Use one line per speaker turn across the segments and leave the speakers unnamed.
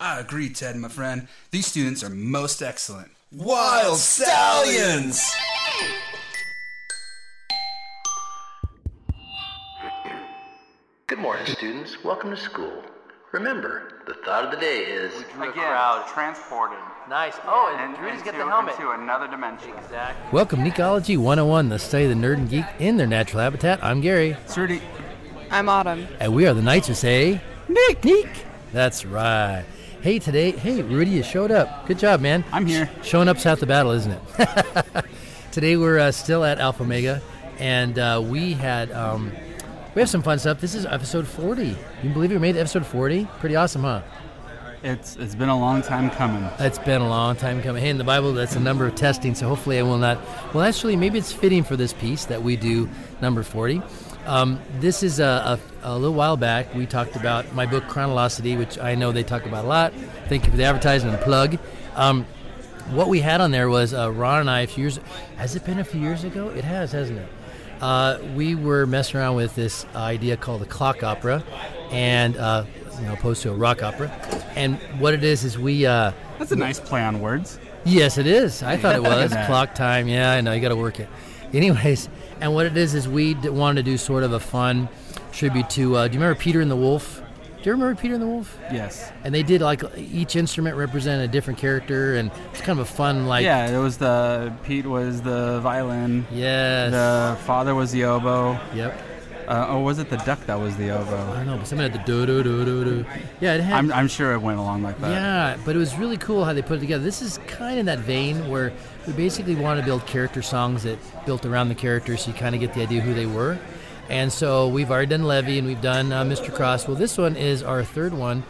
agree, Ted, my friend. These students are most excellent.
Wild Stallions!
Good morning, students. Welcome to school. Remember, the thought of the day is
Drew a crowd transported.
Nice. Oh, and,
And
Drew just get the
into-
helmet.
into another dimension.
Exactly.
Welcome, Necology 101, the study of the nerd and geek in their natural habitat. I'm Gary,
Surdy,
I'm Autumn.
and we are the Knights who say, Nick, Nick. That's right. Hey, today, hey, Rudy, you showed up. Good job, man.
I'm here.
Sh- showing up's half the battle, isn't it? today, we're uh, still at Alpha Omega, and uh, we had. Um, we have some fun stuff. This is episode 40. You can believe it? We made it to episode 40. Pretty awesome, huh?
It's it's been a long time coming.
That's been a long time coming. Hey, in the Bible, that's a number of testing, so hopefully I will not. Well, actually, maybe it's fitting for this piece that we do number 40. Um, this is a, a, a little while back, we talked about my book, Chronolosity, which I know they talk about a lot. Thank you for the advertising and plug. Um, what we had on there was uh, Ron and I a few years. Has it been a few years ago? It has, hasn't it? Uh, we were messing around with this idea called the clock opera, and uh, you know, opposed to a rock opera. And what it is is we. Uh,
That's a nice play on words.
Yes, it is. I thought it
Look at
was
that.
clock time. Yeah, I know you got to work it. Anyways, and what it is is we d- wanted to do sort of a fun tribute to. Uh, do you remember Peter and the Wolf? Do you remember Peter and the Wolf?
Yes.
And they did like each instrument represented a different character, and it's kind of a fun like.
Yeah, it was the Pete was the violin.
Yes.
The father was the oboe.
Yep.
Uh, or was it the duck that was the
I
oboe?
don't know, but something at the do do do do do. Yeah, it had.
I'm, I'm sure it went along like that.
Yeah, but it was really cool how they put it together. This is kind of that vein where we basically wanted to build character songs that built around the characters, so you kind of get the idea who they were. And so we've already done Levy and we've done uh, Mr. Cross. Well, this one is our third one,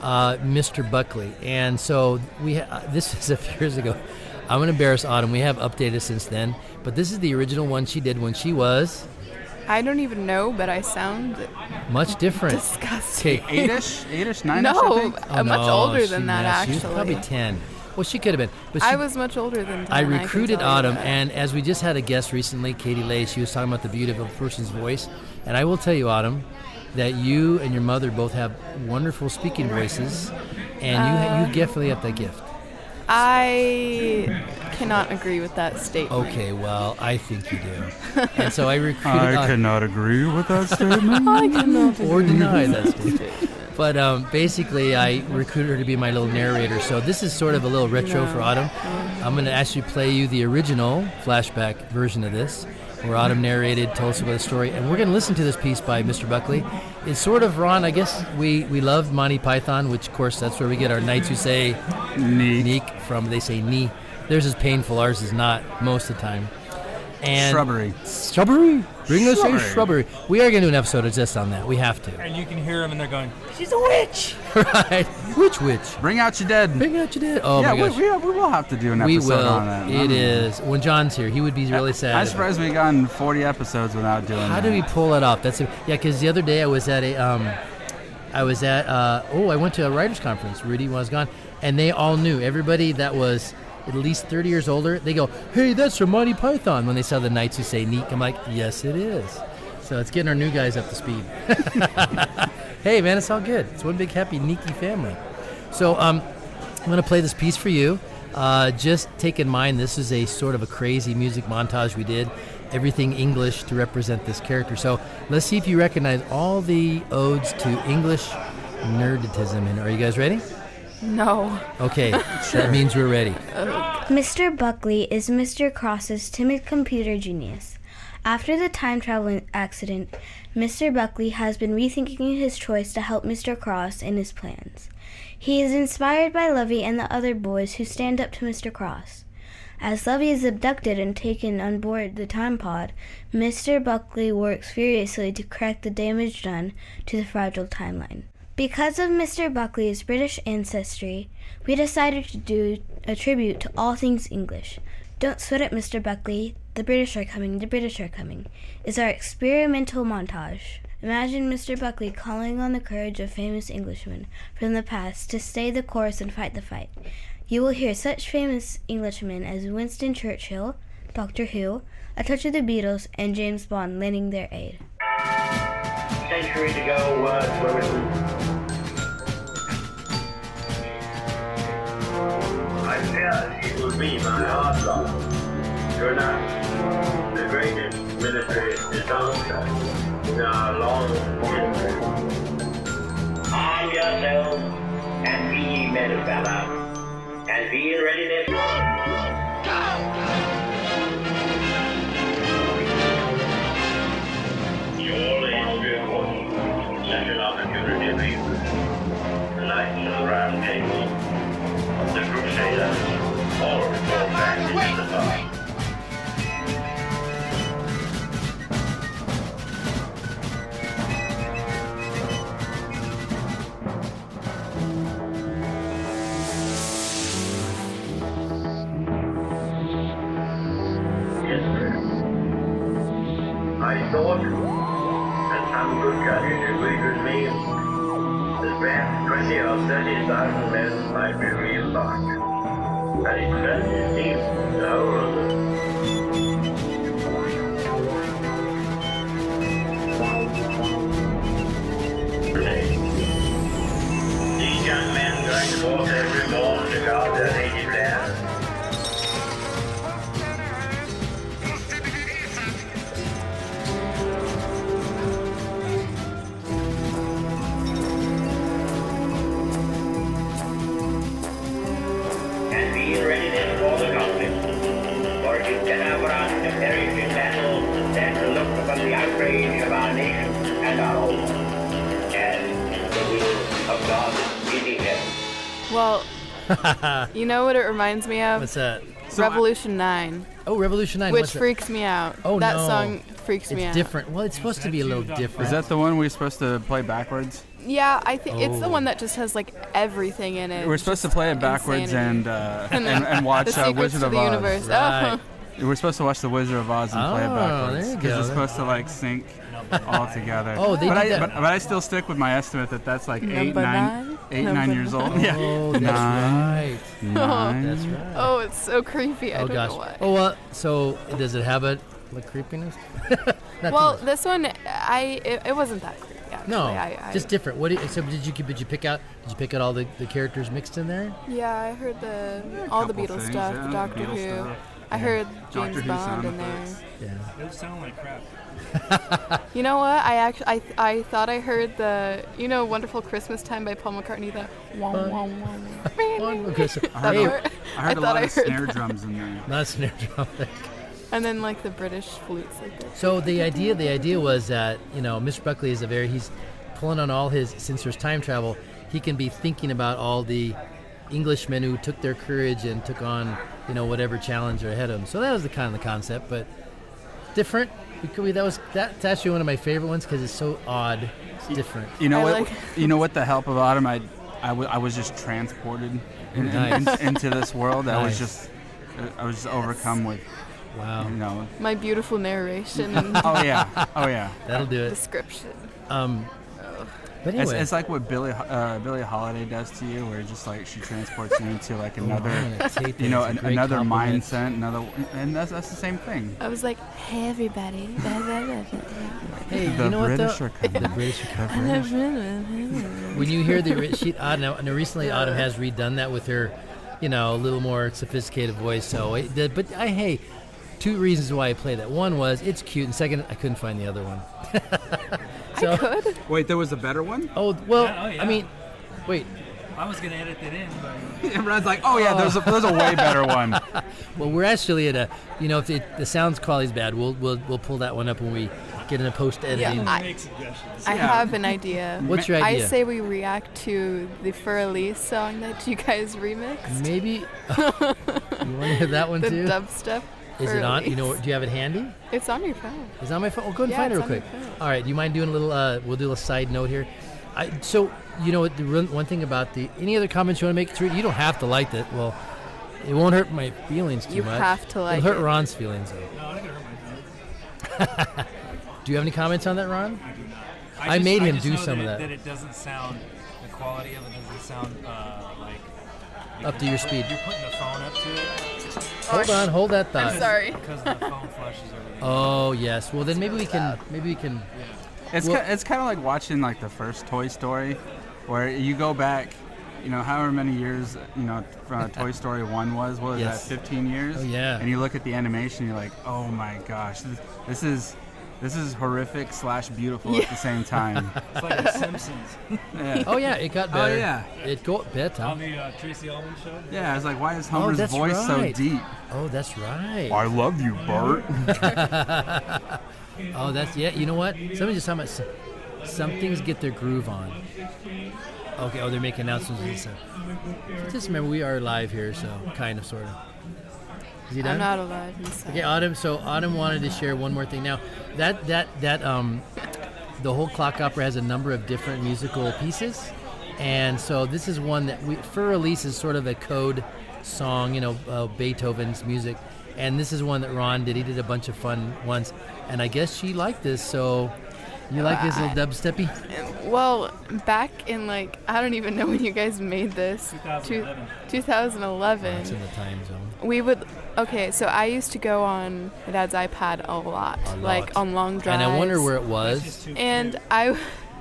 uh, Mr. Buckley. And so we ha- uh, this is a few years ago. I'm going to embarrass Autumn. We have updated since then, but this is the original one she did when she was
I don't even know, but I sound
much different.
disgusting.
Okay,
Eight-ish, eight-ish, nine-ish. I
no,
think?
Oh,
I'm much
no,
older
she-
than that,
no, She
actually.
was probably 10. Well, she could have been. But she,
I was much older than 10.
I
can
recruited
tell you
Autumn,
that.
and as we just had a guest recently, Katie Lay, she was talking about the beauty of a person's voice. And I will tell you, Autumn, that you and your mother both have wonderful speaking voices, and you, ha-
Uh,
you definitely have that gift.
I cannot agree with that statement.
Okay, well, I think you do. And so I recruited
I
Autumn.
cannot agree with that statement.
I cannot
or deny that statement. But um, basically, I recruited her to be my little narrator. So this is sort of a little retro for Autumn. I'm going to actually play you the original flashback version of this, where Autumn narrated, told us about the story, and we're going to listen to this piece by Mr. Buckley. It's sort of Ron. I guess we we love Monty Python, which of course that's where we get our knights who say
Neat.
"neek" from. They say "knee." Theirs is painful. Ours is not most of the time. And
Shrubbery.
Shrubbery. Bring us a
Shrubbery.
shrubbery. We are going to do an episode just on that. We have to.
and you can hear them and they're going,
right? Which witch?
Bring out your dead.
Bring out your dad. Oh
yeah,
my gosh.
We, we, we will have to do an
We
episode
will.
on that. Um,
It is. When John's here, he would be really sad.
I'm surprised we gotten 40 episodes without doing
How
that.
do we pull it off? That's a, yeah. Because the other day I was at a um, I was at uh, oh I went to a writers conference. Rudy was gone, and they all knew everybody that was at least thirty years older. They go, hey, that's from Monty Python. When they saw the knights who say neat, I'm like, yes, it is. So it's getting our new guys up to speed. hey man, it's all good. It's one big happy Nikki family. So um, I'm going to play this piece for you. Uh, just take in mind this is a sort of a crazy music montage we did, everything English to represent this character. So let's see if you recognize all the odes to English nerditism. And are you guys ready?
No.
Okay, that means we're ready.
Mr. Buckley is Mr. Cross's timid computer genius. After the time travel accident, Mr. Buckley has been rethinking his choice to help Mr. Cross in his plans. He is inspired by Lovey and the other boys who stand up to Mr. Cross. As Lovey is abducted and taken on board the time pod, Mr. Buckley works furiously to correct the damage done to the fragile timeline. Because of Mr. Buckley's British ancestry, we decided to do a tribute to all things English. Don't sweat it, Mr. Buckley. The British are coming, the British are coming, is our experimental montage. Imagine Mr. Buckley calling on the courage of famous Englishmen from the past to stay the course and fight the fight. You will hear such famous Englishmen as Winston Churchill, Doctor Who, A Touch of the Beatles, and James Bond lending their aid.
centuries ago was written.
reality will be my hard You're not. The greatest ministry is downside. We are long Arm yourselves and be ye men of valor, and be in readiness. Surely it's been one such an opportunity for you. The Knights of the Round Table, the Crusaders, all go back into the dark. Yes, sir. I thought that some good judges agreed with me that perhaps 20 or 30,000 men might be reembarked. And it certainly seems the whole of them. These young men going forth every morn to guard their native land. and be in readiness for the conflict. For if you cannot run the perish in battle, then to look upon the outrage of our nation and our own, as the will of God is in heaven.
Well, you know what it reminds me of?
What's that?
Revolution 9,
Oh, Revolution 9.
which
what's that?
freaks me out.
Oh,
that
no.
song freaks
It's
me out.
different. Well, it's supposed to be a little different.
Is that the one we're supposed to play backwards?
Yeah, I think it's the
Oh.
one that just has like everything in it.
We're supposed to play it backwards
insanity.
and, uh, and and watch
the
uh,
secrets
Wizard
to
of
the
Oz.
universe.
Right.
Oh.
We're supposed to watch the Wizard of Oz and play it
Oh,
backwards
there you
because
go.
it's supposed to like sync all together.
Oh, they
but
did
I,
that-
But, but I still stick with my estimate that that's like eight,
Number
nine,
nine?
eight,
Number
nine years old.
Oh, that's right.
Nine.
That's right.
Oh, it's so creepy. I
Oh
don't know
gosh.
why.
Oh well. So does it have a the creepiness? Not
well,
too much.
this one, I it, it wasn't that creepy. Actually.
no,
I, I,
just different. What? Did, so did you did you pick out did you pick out all the, the characters mixed in there?
yeah. I heard the all the
couple
Beatles
things,
stuff,
yeah,
the Doctor
Beatles
Who.
stuff.
I heard
Doctor
James
Who
Bond
sound
in there.
effects.
Yeah.
Those sound like crap.
You know what? I actually I, I thought I heard the you know Wonderful Christmas Time by Paul McCartney. The wah, wah, wah, wah.
Okay, so,
Uh-huh.
I
hey,
heard, I heard a
thought
lot
I
of
heard
snare drums in there.
not a snare drum.
and then like the British flutes like this.
So the idea the idea was that you know Mr. Buckley is a very he's pulling on all his since there's time travel he can be thinking about all the Englishmen who took their courage and took on you know whatever challenge are ahead of them. So that was the kind of the concept, but different. We could- we- That was that's actually one of my favorite ones because it's so odd. It's different.
You know
I
what?
like-
you know what? The help of Autumn, I, I, w- I was just transported in, in-
Nice.
in- into this world. I was
Nice.
just, uh, I was just overcome with, you
Wow,
know.
My beautiful narration and
Oh yeah, oh yeah.
that'll do it.
description.
But
It's,
anyway,
it's like what Billy uh, Billy Holiday does to you, where just like she transports you into like
I'm
another,
gonna take that
you know,
as a
an,
great
another
compliment.
mindset, another, and that's that's the same thing.
I was like, hey everybody.
Hey,
The
you know what
British
though?
are coming.
the British are coming. when you hear the ri- she, uh, now, now recently Autumn has redone that with her, you know, a little more sophisticated voice. So, it, the, but I hey, two reasons why I play that. One was it's cute, and second, I couldn't find the other one. so,
Could
Wait, there was a better one.
oh well,
Yeah, oh, yeah.
I mean, wait,
I was gonna edit that in, but
Everyone's like, oh yeah, there's a, there's a way better one.
well, we're actually at a, you know, if it, the sounds quality's bad, we'll we'll we'll pull that one up when we get in a post editing.
Yeah, I-
make suggestions.
I have an idea.
What's your
I
idea?
say we react to the Fur Elise song that you guys remixed.
Maybe you want to hear that one
The
too?
dubstep.
Is
Fur
it on? You know,
Elise.
do you have it handy?
It's on your phone.
Is that on my phone? Well, go and
Yeah,
find it real
it's on
quick.
your phone.
All right, do you mind doing a little? Uh, we'll do a side note here. I, so you know, what, the real- one thing about the any other comments you want to make? Through you don't have to like it. Well, it won't hurt my feelings too
You
much.
have to like
It'll hurt
it.
Ron's feelings though.
No, I didn't hurt my feelings.
Do you have any comments on that, Ron?
I do not.
I made him
just
do
know
some of
it-
that.
That it doesn't sound the quality of it doesn't sound uh, like
Up to your speed.
You're putting the phone up to it.
Hold on, hold that thought.
I'm sorry.
because the phone flushes everything.
Oh yes. Well, then maybe we can. Maybe we can.
It's
Well-
ki- it's kind of like watching like the first Toy Story, where you go back you know, however many years, you know, from Toy Story 1 was, what was
Yes.
that, 15 years?
Oh, yeah.
And you look at the animation, you're like, oh my gosh, this, this is. This is horrific slash beautiful at the same time.
It's like The Simpsons
Oh yeah, it got
Oh,
better.
yeah.
it got better.
on the uh, Tracy Ullman show.
yeah, I was like, why is Homer's
Oh, that's
voice so
right.
deep?
Oh, that's right.
love you, Bart.
Oh, that's yeah. You know what? Somebody just talking about s- some things get their groove on. Okay. Oh, they're making announcements. And stuff. Just remember, we are live here, so kind of, sort of. Is he done?
I'm not alive. I'm sad.
Okay, Autumn. So Autumn wanted to share one more thing. Now, that that that um, the whole clock opera has a number of different musical pieces, and so this is one that we for release is sort of a code song, you know, uh, Beethoven's music, and this is one that Ron did. He did a bunch of fun ones, and I guess she liked this. So, you like this little dubsteppy?
Well, back in like I don't even know when you guys made this. Two-
2011.
2011.
It's in the time zone.
We would. Okay, so I used to go on my dad's iPad a lot, like on long drives.
And I wonder where it was.
And I,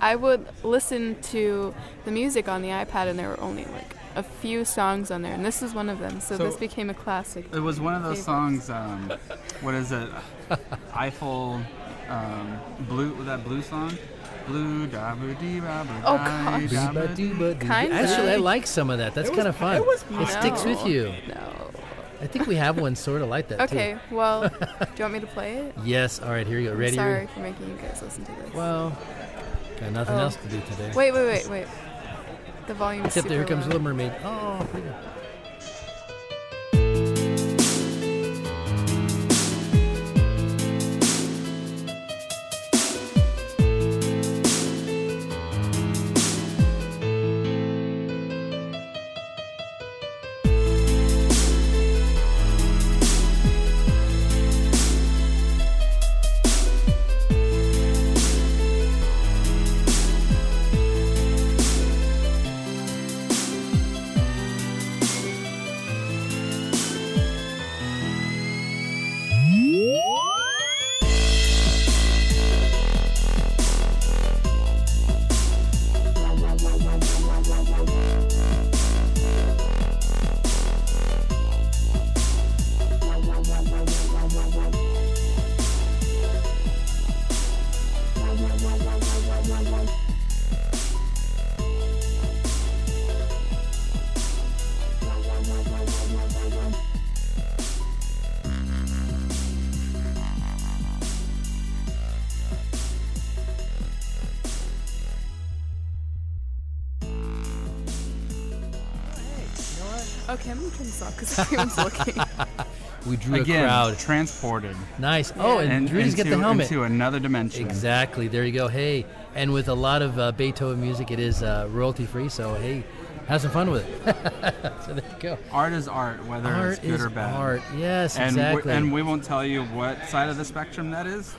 I would listen to the music on the iPad, and there were only like a few songs on there, and this is one of them. So,
So-
this became a classic.
uh,
It was one of those
Favorites.
songs. Um, what is it? Eiffel um, blue. That blue song. Blue da boo dee ba boo
Oh,
da dee
gosh.
da boo dee.
Kinda.
Actually, I like some of that. That's kind of fun. It, sticks with
No.
you.
No.
I think we have one sort of like that too.
Okay. Well, do you want me to play it?
Yes. All right. Here you go. Ready?
I'm sorry for making you guys listen to this.
Well, got nothing
Oh.
else to do today.
Wait, wait, wait, wait. The volume.
Except
super
there here comes
low.
Little Mermaid. Oh, here you go.
Okay, I'm gonna turn this off because everyone's looking.
We drew
Again,
a crowd.
transported
Nice. Oh, and,
and,
Rudy's
into,
got the helmet.
into another dimension.
Exactly. There you go. Hey, and with a lot of uh, Beethoven music, it is uh, royalty free. So hey, have some fun with it. so there you go.
Art is art, whether
art
it's good
is
or bad.
art. Yes,
And
exactly.
we, and we won't tell you what side of the spectrum that is.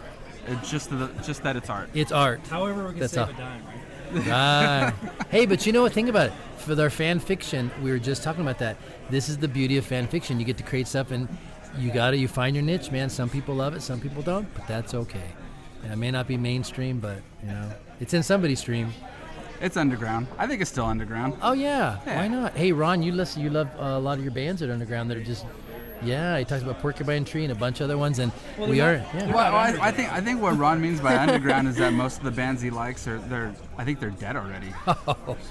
It's just the, just that it's art.
it's art.
However, we can
That's
save
all.
a dime, right?
Ah. hey, but you know what? Think about it. For our fan fiction, we were just talking about that. This is the beauty of fan fiction. You get to create stuff, and you gotta you find your niche, man. Some people love it, some people don't, but that's okay. And it may not be mainstream, but you know, it's in somebody's stream.
It's underground. I think it's still underground.
Oh yeah,
Yeah.
why not? Hey, Ron, you listen. You love uh, a lot of your bands that are underground that are just. Yeah, he talks about Porcupine Tree and a bunch of other ones, and we are. Yeah.
Well, I, I think I think what Ron means by underground is that most of the bands he likes are they're I think they're dead already.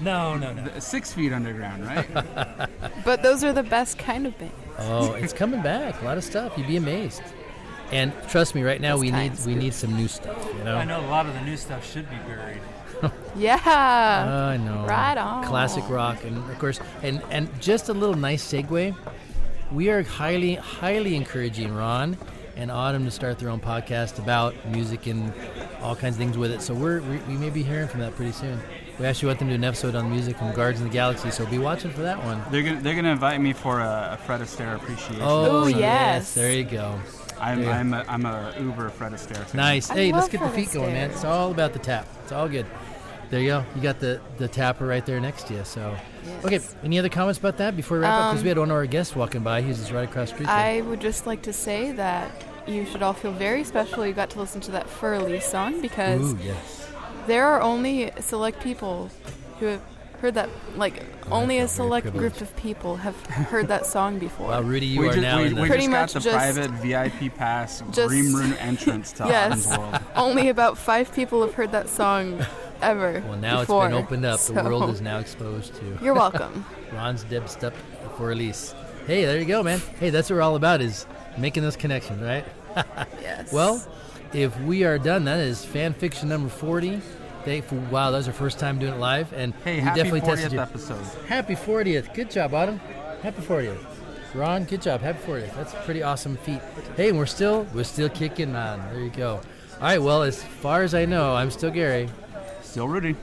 No, no, no.
Six feet underground, right?
but those are the best kind of band.
Oh, it's coming back. A lot of stuff. You'd be amazed. And trust me, right now
Those
we need
times.
we need some new stuff. You know.
I know a lot of the new stuff should be buried.
Yeah.
Uh, I know.
Right on.
Classic rock, and of course, and and just a little nice segue. We are highly highly encouraging Ron and Autumn to start their own podcast about music and all kinds of things with it. So we're we, we may be hearing from that pretty soon. We actually want them to do an episode on music from Guardians of the Galaxy, so be watching for that one.
They're gonna they're gonna invite me for a, a Fred Astaire appreciation.
Oh
Ooh,
yes.
yes.
there you go.
I'm
yeah.
I'm a, I'm a uber Fred Astaire. Fan.
Nice.
I
hey, let's
love
get the
Fred
feet going, man.
Astaire.
It's all about the tap. It's all good. There you go. You got the the tapper right there next to you. So, okay.
Yes. Um,
Any other comments about that before we wrap up? Because we had one of our guests walking by. He's just right across the street. there.
I would just like to say that you should all feel very special you got to listen to that Fur Elise song because
Ooh yes.
there are only select people who have heard that. Like only a select group of people have heard that song before.
Wow, Rudy, you
we
are
just,
now
we,
in the
we
Pretty
just
much
got the
just-
private VIP pass
just-
Dream Room entrance to
Yes.
Island World.
only about five people have heard that song ever.
Well, now
before,
it's been opened up. The
so-
world is now exposed to
You're welcome.
Ron's Deb Step for release. Hey, there you go, man. Hey, that's what we're all about is making those connections, right?
yes.
Well, if we are done, that is fan fiction number 40. Thank for, wow, that was our first time doing it live. And
Hey,
we
happy
definitely tested
40th
you.
episode.
Happy 40th. Good job, Autumn. Happy 40th. Ron, good job. Happy 40th. That's a pretty awesome feat. Hey, we're still we're still kicking on. There you go. All right. Well, as far as I know, I'm still Gary,
Still Rudy.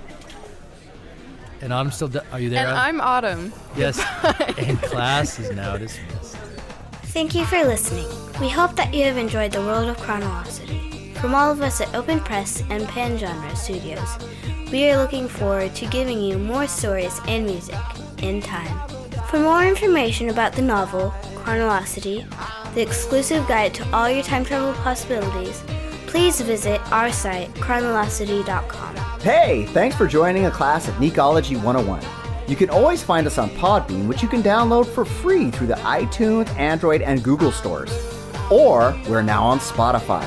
and Autumn's still. Du- Are you there?
and I'm
Autumn?
Autumn.
yes. and class is now dismissed.
Thank you for listening. We hope that you have enjoyed the world of chronology. From all of us at Open Press and Pan Genre Studios, we are looking forward to giving you more stories and music in time. For more information about the novel, Chronology, the exclusive guide to all your time travel possibilities, please visit our site, chronology.com.
Hey, thanks for joining a class of Necology 101. You can always find us on Podbean, which you can download for free through the iTunes, Android, and Google stores. Or we're now on Spotify.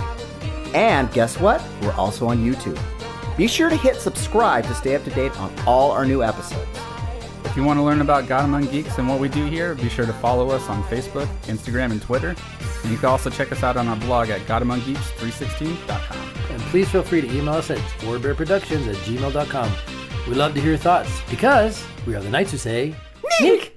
And guess what? We're also on YouTube. Be sure to hit subscribe to stay up to date on all our new episodes.
If you want to learn about God Among Geeks and what we do here, be sure to follow us on Facebook, Instagram, and Twitter. And you can also check us out on our blog at GodAmongGeeks316.com.
And please feel free to email us at warbearproductions at gmail.com. We love to hear your thoughts because we are the Knights who say, Nick!